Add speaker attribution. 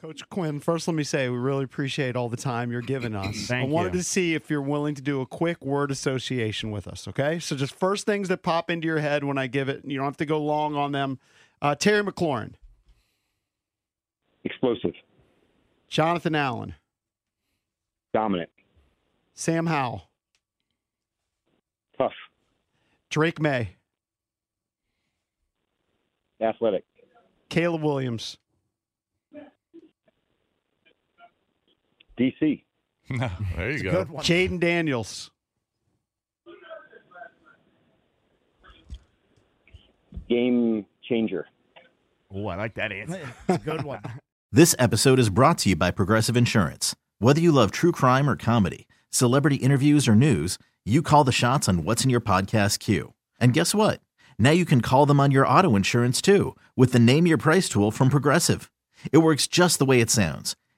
Speaker 1: Coach Quinn, first let me say we really appreciate all the time you're giving us.
Speaker 2: Thank
Speaker 1: I wanted
Speaker 2: you.
Speaker 1: to see if you're willing to do a quick word association with us, okay? So just first things that pop into your head when I give it, you don't have to go long on them. Uh, Terry McLaurin,
Speaker 3: Explosive.
Speaker 1: Jonathan Allen,
Speaker 3: Dominant.
Speaker 1: Sam Howell,
Speaker 3: Tough.
Speaker 1: Drake May,
Speaker 3: Athletic.
Speaker 1: Caleb Williams,
Speaker 3: DC.
Speaker 4: there you go.
Speaker 5: Good one.
Speaker 1: Jaden Daniels,
Speaker 3: Game changer.
Speaker 2: Oh, I like that answer.
Speaker 5: It's a good one.
Speaker 6: This episode is brought to you by Progressive Insurance. Whether you love true crime or comedy, celebrity interviews or news, you call the shots on what's in your podcast queue. And guess what? Now you can call them on your auto insurance too with the Name Your Price tool from Progressive. It works just the way it sounds.